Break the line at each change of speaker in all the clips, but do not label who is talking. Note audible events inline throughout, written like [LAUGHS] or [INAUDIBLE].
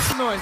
some noise.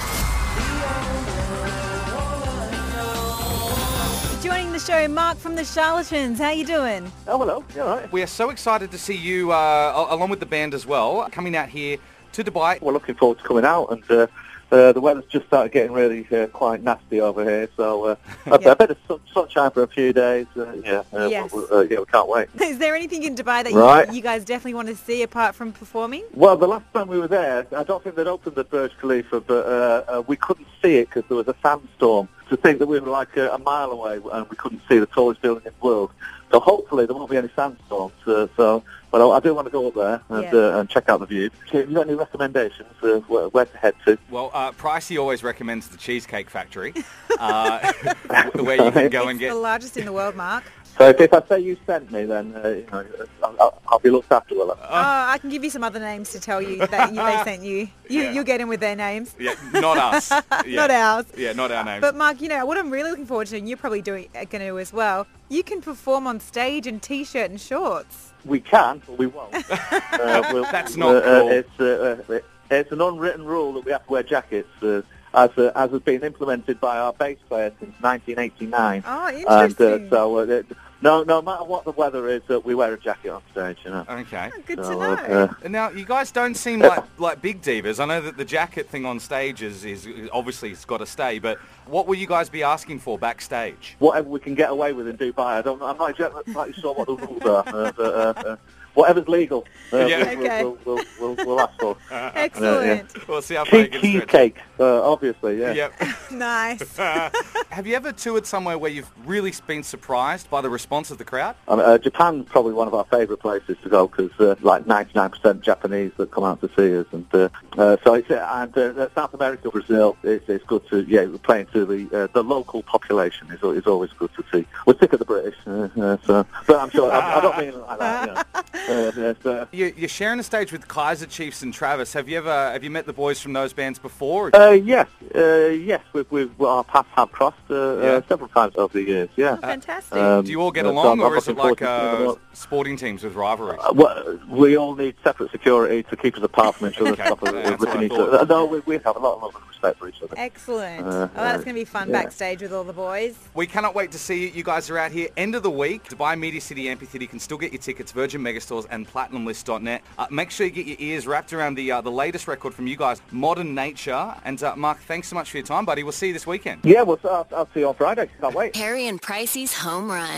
Joining the show, Mark from the Charlatans. How you doing? [LAUGHS]
Oh, hello. You all right?
We are so excited to see you, uh, a- along with the band as well, coming out here to Dubai.
We're looking forward to coming out, and uh, uh, the weather's just started getting really uh, quite nasty over here.
[LAUGHS]
So uh, a bit- a bit of sun- sunshine for a few days. Uh, yeah, uh,
Yes.
we, uh, yeah, we can't wait.
Is there anything in Dubai that
Right.
you, you guys definitely want to see apart from performing?
Well, the last time we were there, I don't think they'd opened the Burj Khalifa, but uh, uh, we couldn't see it because there was a sandstorm. To think that we were like uh, a, a mile away and we couldn't see the tallest building in the world. So hopefully there won't be any sandstorms. Uh, so, but I, I do want to go up there and,
Yeah.
uh, and check out the view. Have you got any recommendations uh, where, where to head to?
Well, uh, Pricey always recommends the Cheesecake Factory, uh, [LAUGHS] where you can go and
it's
get
the largest in the world,
[LAUGHS]
Mark.
So if, if I say you sent me, then uh, you know, I'll- I'll, I'll be looked after, will I?
Oh, I can give you some other names to tell you that you,
[LAUGHS]
they sent you. you
Yeah.
You'll get in with their names, [LAUGHS]
Yeah, not us. Yeah.
not ours.
Yeah, not our names.
But Mark, you know what I'm really looking forward to, and you're probably doing going to do as well. You can perform on stage in t-shirt and shorts.
We can, but
[LAUGHS]
we won't. uh, we'll,
That's not
uh, uh,
cool.
It's, uh, uh, it's an unwritten rule that we have to wear jackets, uh, as, uh, as has been implemented by our bass player since 1989.
Oh,
And
interesting.
uh, so, uh, it- no, no matter what the weather is, uh, we wear a jacket on stage, you know.
okay.
Oh, Good to
So,
know.
uh, uh,
And Now, you guys don't seem like, like big divas. I know that the jacket thing on stage is, is obviously it's got to stay, but what will you guys be asking for backstage? [LAUGHS]
whatever we can get away with in Dubai, I don't. I'm not exactly exactly sure what the rules are, uh, but uh, uh, whatever's legal, uh,
Yeah.
we'll,
Okay.
we'll, we'll, we'll, we'll, we'll ask for.
Excellent. [LAUGHS]
We'll see how far you
Cheese-
can stretch.
Cheesecake, uh, obviously, yeah.
Yep.
Nice.
Have you ever toured somewhere where you've really been surprised by the response of the crowd?
I mean, uh, Japan's probably one of our favourite places to go because uh, like 99% Japanese that come out to see us, and uh, uh, so it's uh, and uh, South America, Brazil, it's, it's good to yeah we're playing to the uh, the local population is al- is always good to see. We're sick of the British, uh, uh, so but I'm sure I, I don't mean it like that.
[LAUGHS]
You know. uh, yeah, so-
You, you're sharing a stage with Kaiser Chiefs and Travis. Have you ever have you met the boys from those bands before?
uh, yes, uh, yes, we've, we've well, our paths have crossed uh,
Yeah.
uh, several times over the years. Yeah.
Oh, Fantastic.
Um,
Do you all get
uh, so
along,
I'm- I'm
or is it
looking forward
like
to seeing them
uh,
all.
sporting teams with rivalries?
Uh, Well, we all need separate security to keep us apart from each other.
[LAUGHS] Okay,
stop us
that's what
ripping
I
each
thought.
other. No, we, we have a lot, a lot of respect for each other.
Excellent. oh,
Uh,
that's going to be fun
yeah.
backstage with all the boys.
We cannot wait to see you. You guys are out here. End of the week. Dubai Media City Amphitheatre. You can still get your tickets. Virgin Megastores and PlatinumList.net. Uh, make sure you get your ears wrapped around the uh, the latest record from you guys, Modern Nature. And uh, Mark, thanks so much for your time, buddy. We'll see you this weekend.
Yeah, well, so I'll, I'll see you on Friday. Can't wait.
Perry and Pricey's home run.